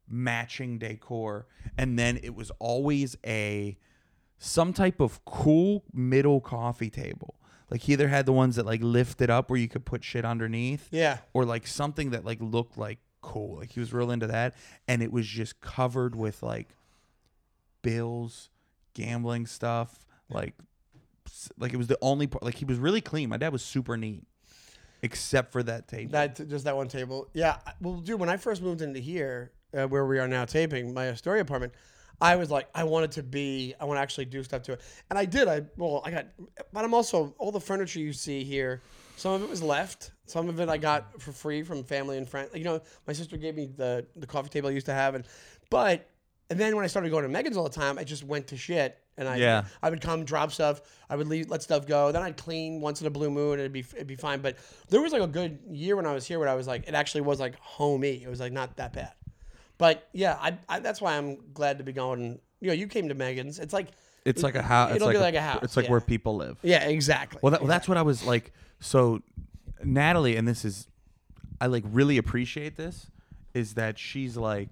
matching decor and then it was always a some type of cool middle coffee table like he either had the ones that like lifted up where you could put shit underneath
Yeah.
or like something that like looked like cool like he was real into that and it was just covered with like bills gambling stuff like s- like it was the only part like he was really clean my dad was super neat except for that table
That just that one table. Yeah. I- Well, dude, when I first moved into here, uh, where we are now taping my Astoria apartment, I was like, I wanted to be, I want to actually do stuff to it, and I did. I well, I got, but I'm also all the furniture you see here. Some of it was left. Some of it I got for free from family and friends. You know, my sister gave me the the coffee table I used to have, and but and then when I started going to Megan's all the time, I just went to shit. And I,
Yeah.
I would come, drop stuff. I would leave, let stuff go. Then I'd clean once in a blue moon. It'd be, it'd be fine. But there was like a good year when I was here, when I was like, it actually was like homey. It was like not that bad. But yeah, I, I that's why I'm glad to be going. You know, you came to Megan's. It's like,
it's like a house
It'll be like a house,
it's like
yeah.
where people live
yeah, exactly.
Well, that, well, that's what I was like. So, Natalie, and this is, I like really appreciate this, is that she's like,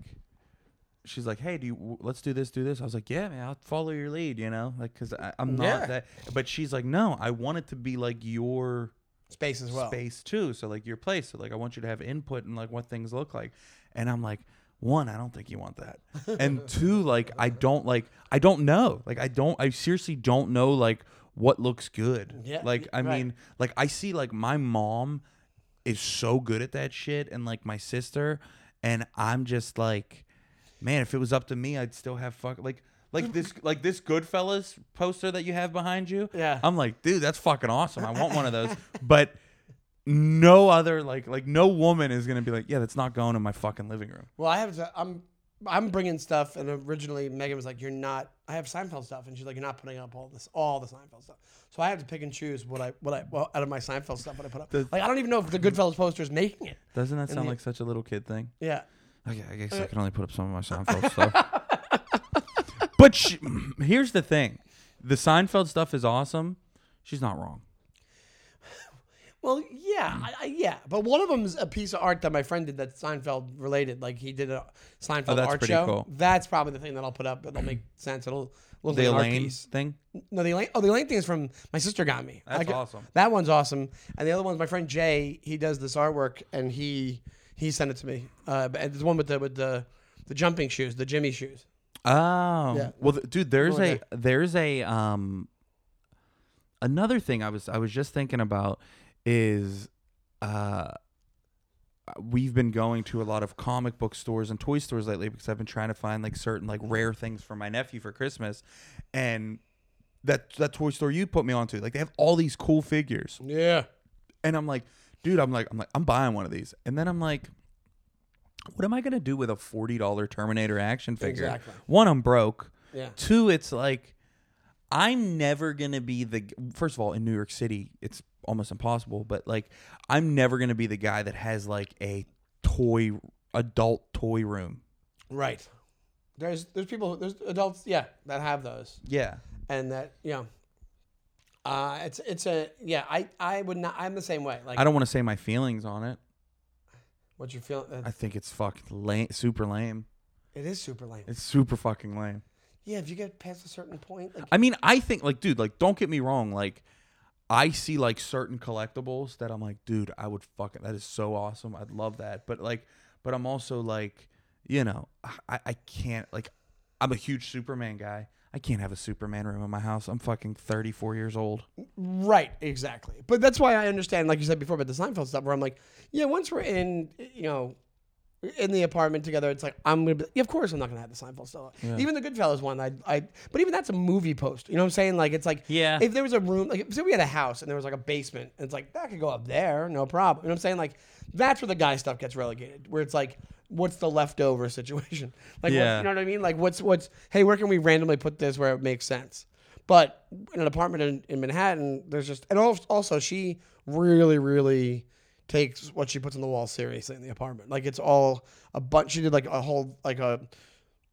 she's like, hey, do you w- let's do this, do this. I was like, yeah, man, I'll follow your lead, you know, like because I'm not
Yeah.
that. But she's like, no, I want it to be like your
space as well.
space too. So like your place. So like I want you to have input in like what things look like. And I'm like, one, I don't think you want that. And two, like I don't like I don't know. Like I don't I seriously don't know like what looks good.
Yeah,
Like I
right.
mean, like I see like my mom is so good at that shit and like my sister and I'm just like man, if it was up to me, I'd still have fuck like Like this, like this Goodfellas poster that you have behind you.
Yeah.
I'm like, dude, that's fucking awesome. I want one of those. But no other, like, like no woman is gonna be like, yeah, that's not going in my fucking living room.
Well, I have. To, I'm I'm bringing stuff, and originally Megan was like, "You're not." I have Seinfeld stuff, and she's like, "You're not putting up all this, all the Seinfeld stuff." So I have to pick and choose what I what I well out of my Seinfeld stuff what I put up.
The-
like I don't even know if the Goodfellas poster is making it.
Doesn't that sound
the-
like such a little kid thing? Uh,
Yeah.
Okay, I guess I can only put up some of my Seinfeld stuff. but she, here's the thing: the Seinfeld stuff is awesome. She's not wrong.
Well, yeah, I, I, yeah, but one of them's a piece of art that my friend did that's Seinfeld related. Like he did a Seinfeld
Oh, that's
art
pretty
show.
cool.
That's probably the thing that I'll put up. It'll make sense. It'll look
The
like an art
Elaine
piece.
thing.
No, the Elaine. Oh, the Elaine thing is from my sister got me.
That's
I got-
awesome.
That one's awesome. And the other one's my friend Jay. He does this artwork, and he he sent it to me. Uh, but- and the one with the with the the jumping shoes, the Jimmy shoes.
Oh,
Yeah.
well, th- dude, there's
Go
a
ahead.
there's a um another thing I was I was just thinking about is uh we've been going to a lot of comic book stores and toy stores lately because I've been trying to find like certain like rare things for my nephew for Christmas and that that toy store you put me onto like they have all these cool figures
Yeah.
and I'm like, dude, I'm like, I'm like, I'm buying one of these, and then I'm like, what am I gonna do with a forty dollar Terminator action figure?
Exactly.
One, I'm broke.
Yeah.
Two, it's like, I'm never gonna be the. First of all, in New York City, it's almost impossible. But like, I'm never gonna be the guy that has like a toy adult toy room.
Right. There's there's people there's adults yeah that have those.
Yeah.
and that you know uh it's it's a yeah i i would not i'm the same way like
I don't want to say my feelings on it.
what you're feeling uh,
I think it's fucking lame, super lame.
it is super lame
It's super fucking lame.
yeah if you get past a certain point like
I mean, I think like, dude, like, don't get me wrong, like, I see like certain collectibles that I'm like, dude, I would fucking that is so awesome. I'd love that. But like, but I'm also like, you know, I, I can't like, I'm a huge Superman guy. I can't have a Superman room in my house. I'm fucking 34 years old.
right exactly but that's why i understand like you said before about the seinfeld stuff where i'm like yeah once we're in you know in the apartment together, it's like I'm gonna. Be, yeah, of course, I'm not gonna have the Seinfeld stuff. Even the Goodfellas one, I, I. But even that's a movie post. You know what I'm saying? Like it's like,
Yeah.
If there was a room, like say we had a house and there was like a basement, and it's like that could go up there, no problem. You know what I'm saying? Like that's where the guy stuff gets relegated, where it's like, what's the leftover situation? Like,
Yeah.
what, you know what I mean? Like what's what's hey, where can we randomly put this where it makes sense? But in an apartment in, in Manhattan, there's just and al- also she really really takes what she puts on the wall seriously in the apartment. Like it's all a bunch. She did like a whole like a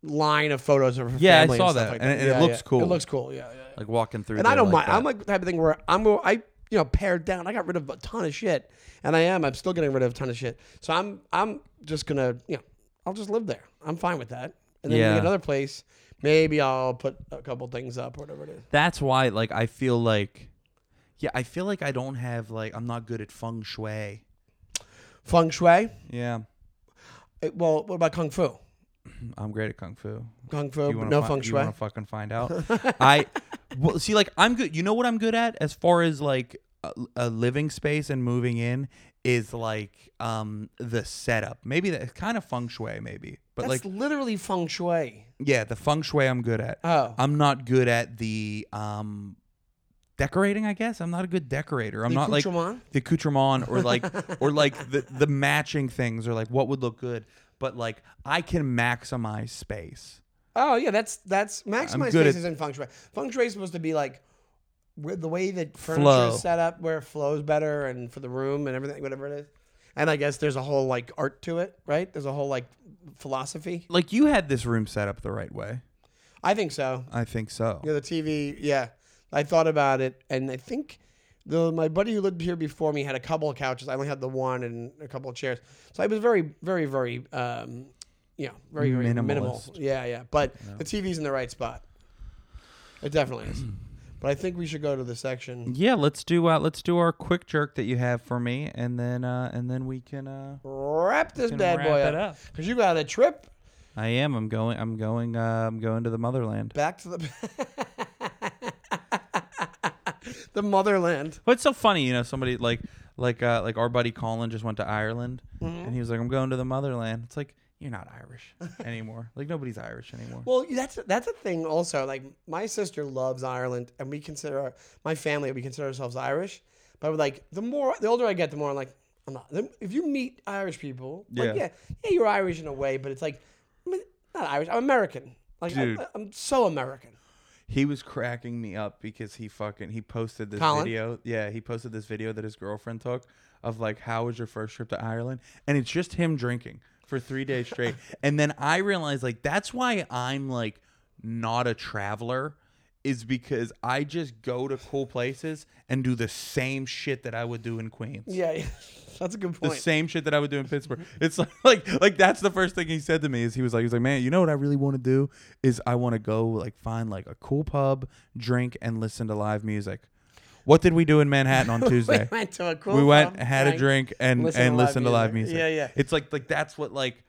line of photos of her
Yeah, I
family
saw
and stuff
that,
like
and it- and it
Yeah,
looks
yeah.
cool.
It looks cool. Yeah, yeah. yeah.
Like walking through.
And I don't mind. I'm like the type of thing where I'm go- I you know pared down. I got rid of a ton of shit, and I am. I'm still getting rid of a ton of shit. So I'm I'm just gonna you know I'll just live there. I'm fine with that. And then when we
Yeah.
get another place. Maybe I'll put a couple things up, whatever it is.
that's why like I feel like, yeah, I feel like I don't have like I'm not good at feng shui.
Feng Shui. Eh,
Yeah,
Well, what about Kung Fu?
I'm great at kung fu.
Kung Fu,
You
but
wanna
no
fi-
Feng
You
Shui.
want to fucking find out? I well, see, like I'm good. You know what I'm good at as far as like a, a living space and moving in is like um the setup. Maybe that's kind of feng shui, maybe. But
That's
like
literally Feng Shui.
yeah, the feng shui I'm good at.
Oh.
I'm not good at the um decorating. I guess I'm not a good decorator. I'm
The
not like
accoutrement?
the accoutrement or like or like the the matching things or like what would look good. But like I can maximize space.
Oh yeah, that's that's maximize
good at-
space is in feng shui. Feng shui is supposed to be like where the way that furniture
Flow.
is set up, where it flows better, and for the room and everything, whatever it is. And I guess there's a whole like art to it, right? There's a whole like philosophy.
Like you had this room set up the right way.
I think so.
I think so.
Yeah, the TV. Yeah, I thought about it, and I think the my buddy who lived here before me had a couple of couches. I only had the one and a couple of chairs, so I was very, very, very, um, you know, very, very minimal.
Minimalist.
Yeah, yeah. But the TV's in the right spot. It definitely is. but I think we should go to the section
Yeah, let's do uh, let's do our quick jerk that you have for me, and then uh, and then we can. Uh,
wrap this
Can
bad
wrap
boy
it
up
up.
because you got a trip
I am. I'm going. I'm going. Uh, I'm going to the motherland.
back to the the motherland.
But it's so funny, you know. Somebody like like uh, like our buddy Colin just went to Ireland, and he was like, "I'm going to the motherland." It's like, you're not Irish anymore. like nobody's Irish anymore.
Well, that's that's a thing also. Like my sister loves Ireland, and we consider our, my family we consider ourselves Irish. But like the more the older I get, the more I'm like I'm not. If you meet Irish people, like,
Yeah.
yeah, yeah, you're Irish in a way, but it's like I mean, not Irish. I'm American. Like
Dude.
I, I'm so American.
he was cracking me up because he fucking he posted this
Colin?
video. Yeah, he posted this video that his girlfriend took of like how was your first trip to Ireland? And it's just him drinking for 3 days straight. and then I realized like that's why I'm like not a traveler is because I just go to cool places and do the same shit that I would do in Queens.
Yeah, yeah. that's a good
The
point.
same shit that I would do in Pittsburgh. It's like, like like that's the first thing he said to me is he was like he was like man you know what I really want to do is I want to go like find like a cool pub drink and listen to live music. What did we do in Manhattan on Tuesday?
we went to a cool.
we went
pub,
had a drink and
listened to
and
live
listened to live music.
Yeah, yeah.
It's like like that's what like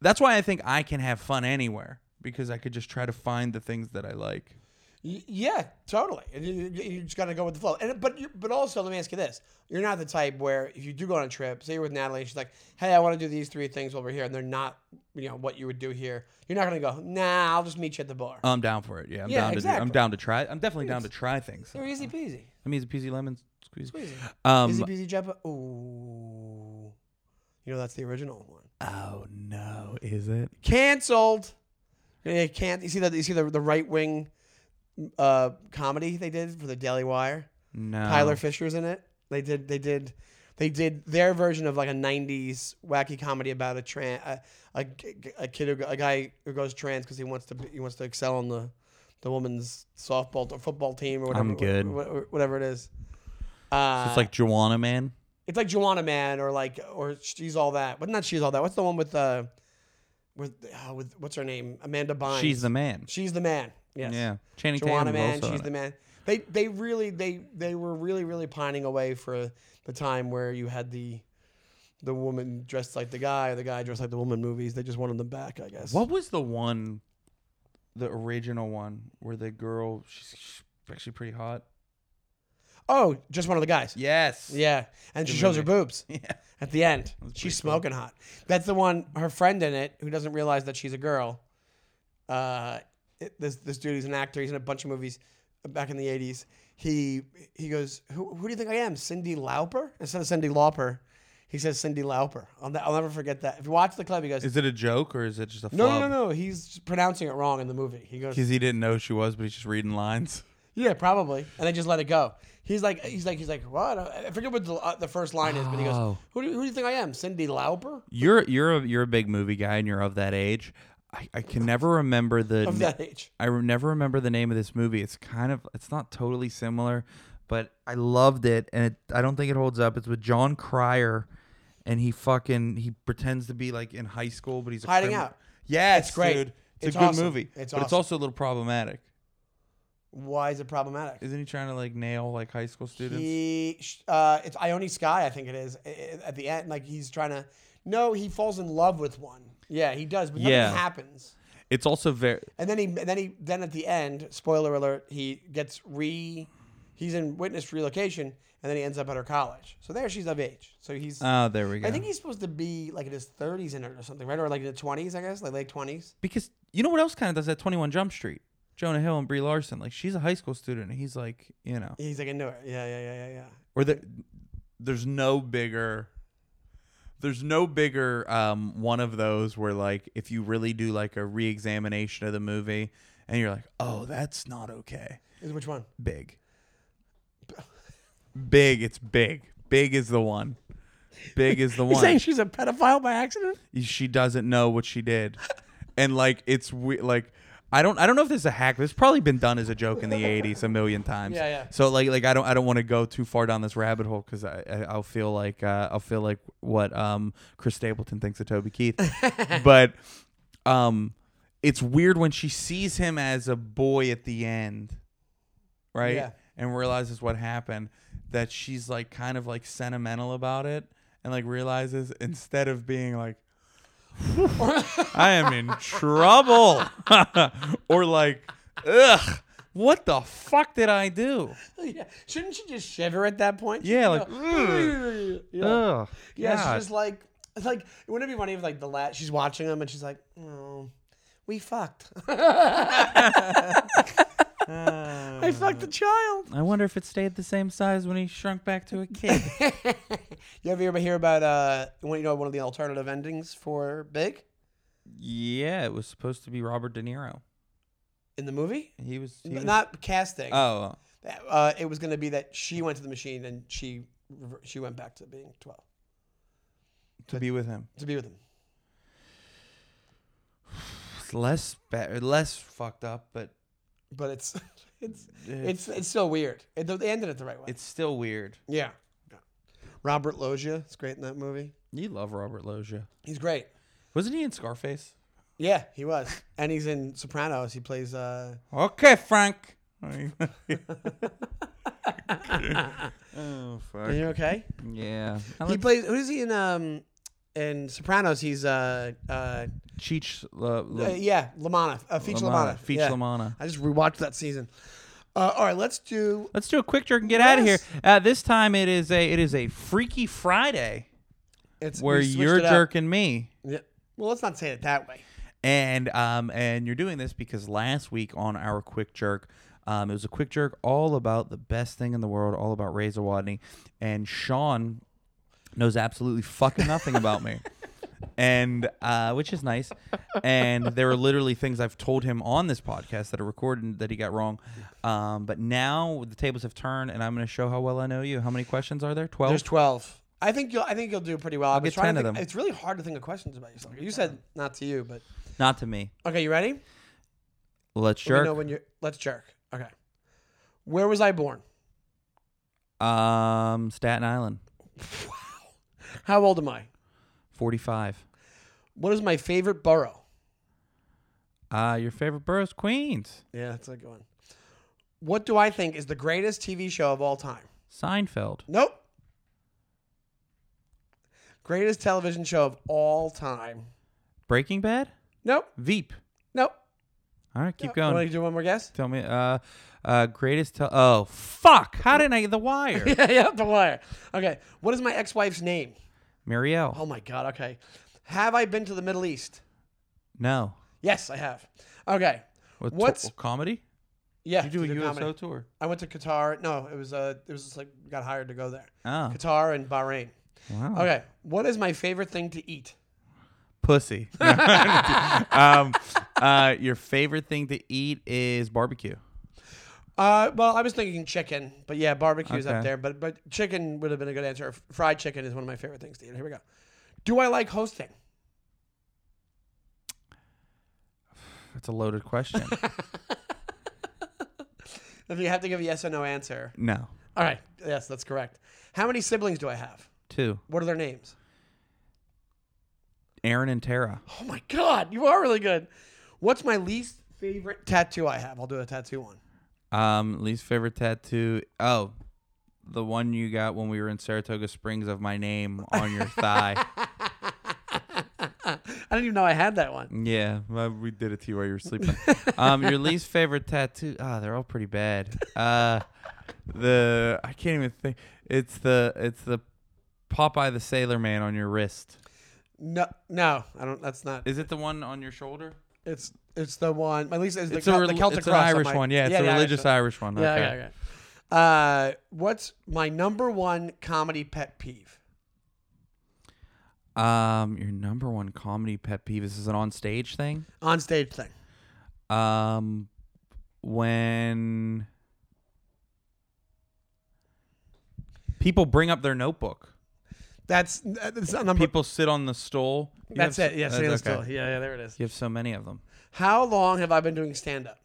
that's why I think I can have fun anywhere because I could just try to find the things that I like.
Y- Yeah, totally. And You, you, you just gotta go with the flow. And but you, but also, let me ask you this: You're not the type where if you do go on a trip, say you're with Natalie, and she's like, "Hey, I want to do these three things while we're here," and they're not, you know, what you would do here. You're not gonna go, "Nah, I'll just meet you at the bar."
I'm down for it. Yeah, I'm
Yeah,
down to do, I'm
exactly.
down to try. I'm definitely down to try things.
They're easy peasy.
I mean, it's a peasy lemon squeeze.
Squeezy.
Um,
easy peasy japa. Ooh, you know that's the original one.
Oh no, is it?
Cancelled. They can't. You see that? You see the the right wing uh, comedy they did for the Daily Wire.
No.
Tyler Fisher's in it. They did they did they did their version of like a '90s wacky comedy about a trans a, a, a kid who, go- a guy who goes trans because he wants to be, he wants to excel on the the woman's softball or football team or whatever.
I'm good.
wha- wha- Whatever it is. Uh,
it's like Joanna Man.
it's like Joanna Man or like or she's all that, but not she's all that. What's the one with uh with uh, with what's her name? Amanda Bynes.
She's the man.
she's the man. Yes.
Yeah. Channing
Joanna
Tatum was
man,
also
she's
in
the
it.
man. They they really they they were really really pining away for the time where you had the the woman dressed like the guy, or the guy dressed like the woman movies. They just wanted them back, I guess.
What was the one, the original one where the girl she's, she's actually pretty hot.
Oh, just one of the guys.
Yes.
Yeah, and she
Good
shows her
movie.
boobs
Yeah.
at the end.
That's
She's
pretty cool.
smoking hot. That's the one. Her friend in it who doesn't realize that she's a girl. Uh, it- this this dude he's an actor. He's in a bunch of movies back in the '80s. He he goes, who, who do you think I am? Cindy Lauper instead of Cindy Lauper, he says Cindy Lauper. I'll, ne- I'll never forget that. If you watch the club, he goes,
Is it a joke or is it just a
no,
flub?
no, no, no. He's pronouncing it wrong in the movie. He goes,
Because he didn't know she was, but he's just reading lines.
yeah, probably, and they just let it go. He's like, he's like, he's like, what? I forget what the, uh, the first line is, but he goes,
Oh.
who do, you- who do you think I am? Cindy Lauper
You're you're a, you're a big movie guy and you're of that age. I, I can never remember the
of
n-
that age.
I re- never remember the name of this movie. It's kind of it's not totally similar, but I loved it, and it, I don't think it holds up. It's with John Cryer, and he fucking he pretends to be like in high school, but he's a
Hiding
criminal.
Out.
Yeah,
It's great.
Dude. It's,
It's
a good
awesome.
movie,
It's
but it's
awesome.
also a little problematic.
Why is it problematic?
Isn't he trying to like nail like high school students?
He, sh- uh, it's Ione Sky, I think it is. i- i- At the end, like he's trying to. No, he falls in love with one. Yeah, he does, but nothing
Yeah.
happens.
it's also very
And then he, and then he, then at the end, spoiler alert, he gets re, he's in witness relocation, and then he ends up at her college. So there, she's of age. So he's,
oh there we go.
I think he's supposed to be like in his thirties in it or something, right? Or like in the twenties, I guess, like late twenties.
because you know what else kind of does that? Twenty One Jump Street. Jonah Hill and Brie Larson, like she's a high school student, and he's like, you know,
He's like into it. Yeah, yeah, yeah, yeah, yeah.
or the there's no bigger there's no bigger um, one of those where like if you really do like a reexamination of the movie and you're like oh that's not okay
Is which one?
big big it's big big is the one big is the
He's saying
one
she's a pedophile by accident.
she doesn't know what she did and like it's we- like I don't I don't know if this is a hack. This has probably been done as a joke in the 80s a million times.
Yeah, yeah.
So like like I don't I don't want to go too far down this rabbit hole cuz I, I I'll feel like uh, I'll feel like what um Chris Stapleton thinks of Toby Keith. but um it's weird when she sees him as a boy at the end. Right?
Yeah.
And realizes what happened that she's like kind of like sentimental about it and like realizes instead of being like I am in trouble. or like, ugh, what the fuck did I do?
yeah. Shouldn't she just shiver at that point?
Yeah,
She'd
like,
go,
Ugh.
yeah.
Oh,
yeah, she's
God.
just like, It's like wouldn't it be funny if like the last she's watching him and she's like, oh, we fucked. I fucked a child.
I wonder if it stayed the same size when he shrunk back to a kid.
You ever hear- hear about uh, one- you know, one of the alternative endings for Big
yeah, it was supposed to be Robert De Niro.
in the movie?
He was, he was-
Not casting.
Oh,
Uh, it was going to be that she went to the machine and she rever- she went back to being twelve
to be with him.
to be with him.
It's less better, less fucked up, but
But it's it's
it's
it's it's still weird. It, they ended it the right way.
it's still weird.
yeah. Yeah. Robert Loggia is great in that movie.
You love Robert Loggia.
He's great.
Wasn't he in Scarface?
Yeah, he was. And he's in Sopranos. He plays uh
Okay, Frank. oh
Are
fuck.
you okay?
Yeah. I
He
like
plays who's he in um in Sopranos he's uh uh,
Cheech uh,
uh, yeah, Lamana, uh, Feach Lamana.
Feach
yeah.
Lamanna.
I just rewatched that season. Uh, all right, let's do
Let's do a quick jerk and get out of here.
Yes.
Uh, this time it is a it is a Freaky Friday
it's we
where
switched
you're
it up.
jerking me.
Yeah. Well, let's not say it that way.
and um and you're doing this because last week on our quick jerk um it was a quick jerk all about the best thing in the world all about Razor Wadney and Sean knows absolutely fucking nothing about me and uh which is nice and there are literally things I've told him on this podcast that are recorded that he got wrong um but now the tables have turned and I'm going to show how well I know you how many questions are there 12
There's 12. I think you'll I think you'll do pretty well. I'll
get 10 of them.
It's really hard to think of questions about yourself. You said not to you, but
not to me
okay, you ready?
let's
Let me know
jerk
when you're. Let's jerk. Okay. Where was I born?
um Staten Island
How old am I?
45
What is my favorite borough?
Uh, your favorite borough is Queens.
Yeah, that's a good one. What do I think is the greatest TV show of all time?
Seinfeld.
Nope. Greatest television show of all time?
Breaking Bad.
Nope.
Veep.
Nope.
All right, keep
Want
going.
to do one more guess?
Tell me. Uh, uh, greatest. Tel- oh fuck! How did I get the wire?
yeah, yeah, the wire. Okay. What is my ex-wife's name?
Muriel.
Oh my god. Okay. Have I been to the Middle East?
No.
Yes, I have. Okay.
What,
What's-
comedy?
Yeah.
You do a
to
USO
comedy.
tour.
I went to Qatar. No, it was uh, it was just like we got hired to go there.
Oh
Qatar and Bahrain.
wow.
Okay, what is my favorite thing to eat?
Pussy. um, uh, your favorite thing to eat is barbecue.
Uh, well, I was thinking chicken, but yeah, barbecue's up
Okay.
there. But but chicken would have been a good answer. Fried chicken is one of my favorite things to eat. Here we go. Do I like hosting?
That's a loaded question.
If you have to give a yes or no answer.
no.
All right, yes, that's correct. How many siblings do I have?
Two.
What are their names?
Aaron and Tara.
Oh my god, you are really good. What's my least favorite tattoo I have? I'll do a tattoo one.
Um, least favorite tattoo. Oh, the one you got when we were in Saratoga Springs of my name on your thigh.
I didn't even know I had that one.
yeah, well, we did it to you while you were sleeping. um, your least favorite tattoo. Ah, they're all pretty bad. Uh, the I can't even think. It's the it's the Popeye the Sailor Man on your wrist.
No, no, I don't. That's not.
Is it the one on your shoulder?
It's it's the one. My least is the,
It's
Cel-
a
the
rel-
Celtic
it's an
cross. on
Irish
my-
one. Yeah, it's a
the Irish
religious
one.
Irish one. Okay.
Yeah, okay, okay. Uh, what's my number one comedy pet peeve?
Um, your number one comedy pet peeve. This is an on stage thing.
On stage thing.
Um, when people bring up their notebook,
That's that's not number.
people sit on the stool. You
that's
have
it.
s-
Yes,
that's
it is
okay.
still. Yeah, yeah, there it is.
You have so many of them.
How long have I been doing stand up?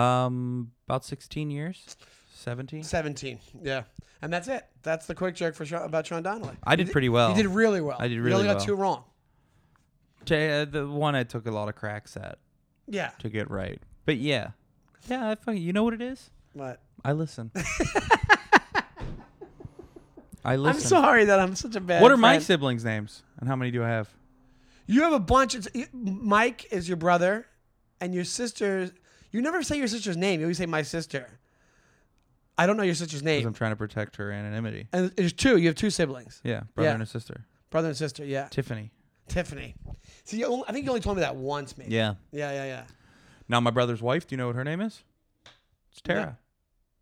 Um, about sixteen years, seventeen.
Seventeen. Yeah, and that's it. That's the quick jerk for Sean, about Sean Donnelly.
I did pretty well.
You did really well.
I did
You
really
only got
well.
two wrong.
Ta- uh, the one I took a lot of cracks at
Yeah,
to get right, but yeah, yeah. I fucking, you know what it is?
but
I listen. I
I'm
listen.
sorry that I'm such a bad.
what are my
friend.
siblings' names, and how many do I have?
You have a bunch. It's, it- Mike is your brother, and your sister. You never say your sister's name. You always say my sister. I don't know your sister's
Because
name.
I'm trying to protect her anonymity.
And there's two. You have two siblings.
Yeah, brother
Yeah.
and a sister.
Brother and sister, yeah.
Tiffany.
Tiffany. See, you only, I think you only told me that once, maybe.
Yeah.
Yeah, yeah, yeah.
Now my brother's wife. Do you know what her name is? It's Tara.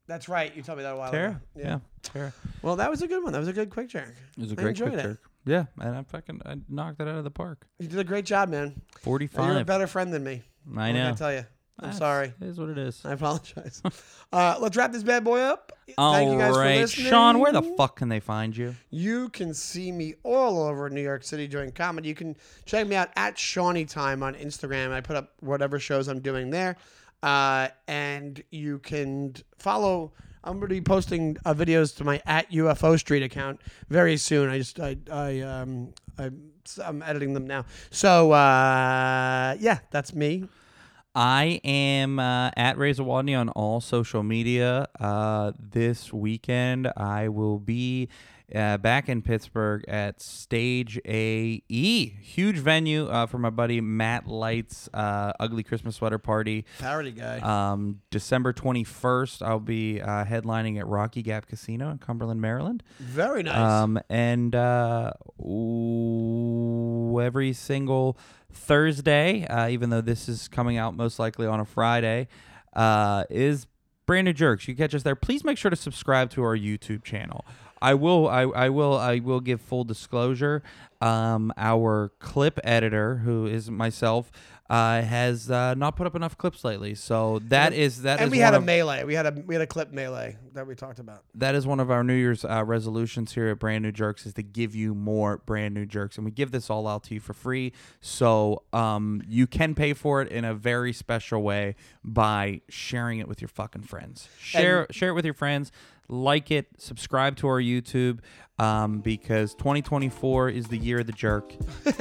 That's right. You told me that a while ago.
Tara. Yeah. Tara.
Well, that was a good one. That was a good quick jerk.
It was a
I
great
enjoyed
quick
it.
jerk. Yeah, and I fucking I knocked it out of the park.
You did a great job, man. You're a
Forty-five.
better friend than me.
I
I'm
know.
gonna tell you. I'm
That's-
sorry.
It is what it is.
I apologize. uh, let's wrap this bad boy up. Thank
All
you guys for
right,
listening.
Sean. Where the fuck can they find you?
You can see me all over New York City doing comedy. You can check me out at Shawnee Time on Instagram. I put up whatever shows I'm doing there. Uh, and you can follow. I'm going to be posting uh, videos to my at UFO Street account very soon. I just I I um I'm, I'm editing them now. So uh, yeah, that's me.
I am uh, at Razor Wadney on all social media. Uh, this weekend, I will be uh, back in Pittsburgh at Stage AE, huge venue uh, for my buddy Matt Light's uh, Ugly Christmas Sweater Party.
Parody guy.
Um, December 21st, I'll be uh, headlining at Rocky Gap Casino in Cumberland, Maryland.
very nice.
Um, and uh, ooh, every single Thursday, uh, even though this is coming out most likely on a Friday, uh, is Brand New Jerks. You can catch us there. Please make sure to subscribe to our YouTube channel. I will. I, I will. I will give full disclosure. Um, our clip editor, who is myself, uh, has uh, not put up enough clips lately. So that is that is
and we
one
had a
of-
melee. We had a we had a clip melee that we talked about.
that is one of our New Year's uh, resolutions here at Brand New Jerks is to give you more brand new jerks, and we give this all out to you for free. So um, you can pay for it in a very special way by sharing it with your fucking friends. Share share it with your friends, like it, subscribe to our YouTube, um, because 2024 is the year of the jerk.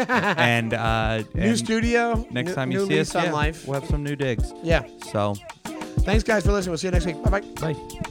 and uh,
New
and
studio.
next
new-
time
new
you see
lease
us,
on
yeah,
life.
we'll have some new digs.
Yeah.
So
Thanks, guys, for listening. We'll see you next week. Bye bye.
bye.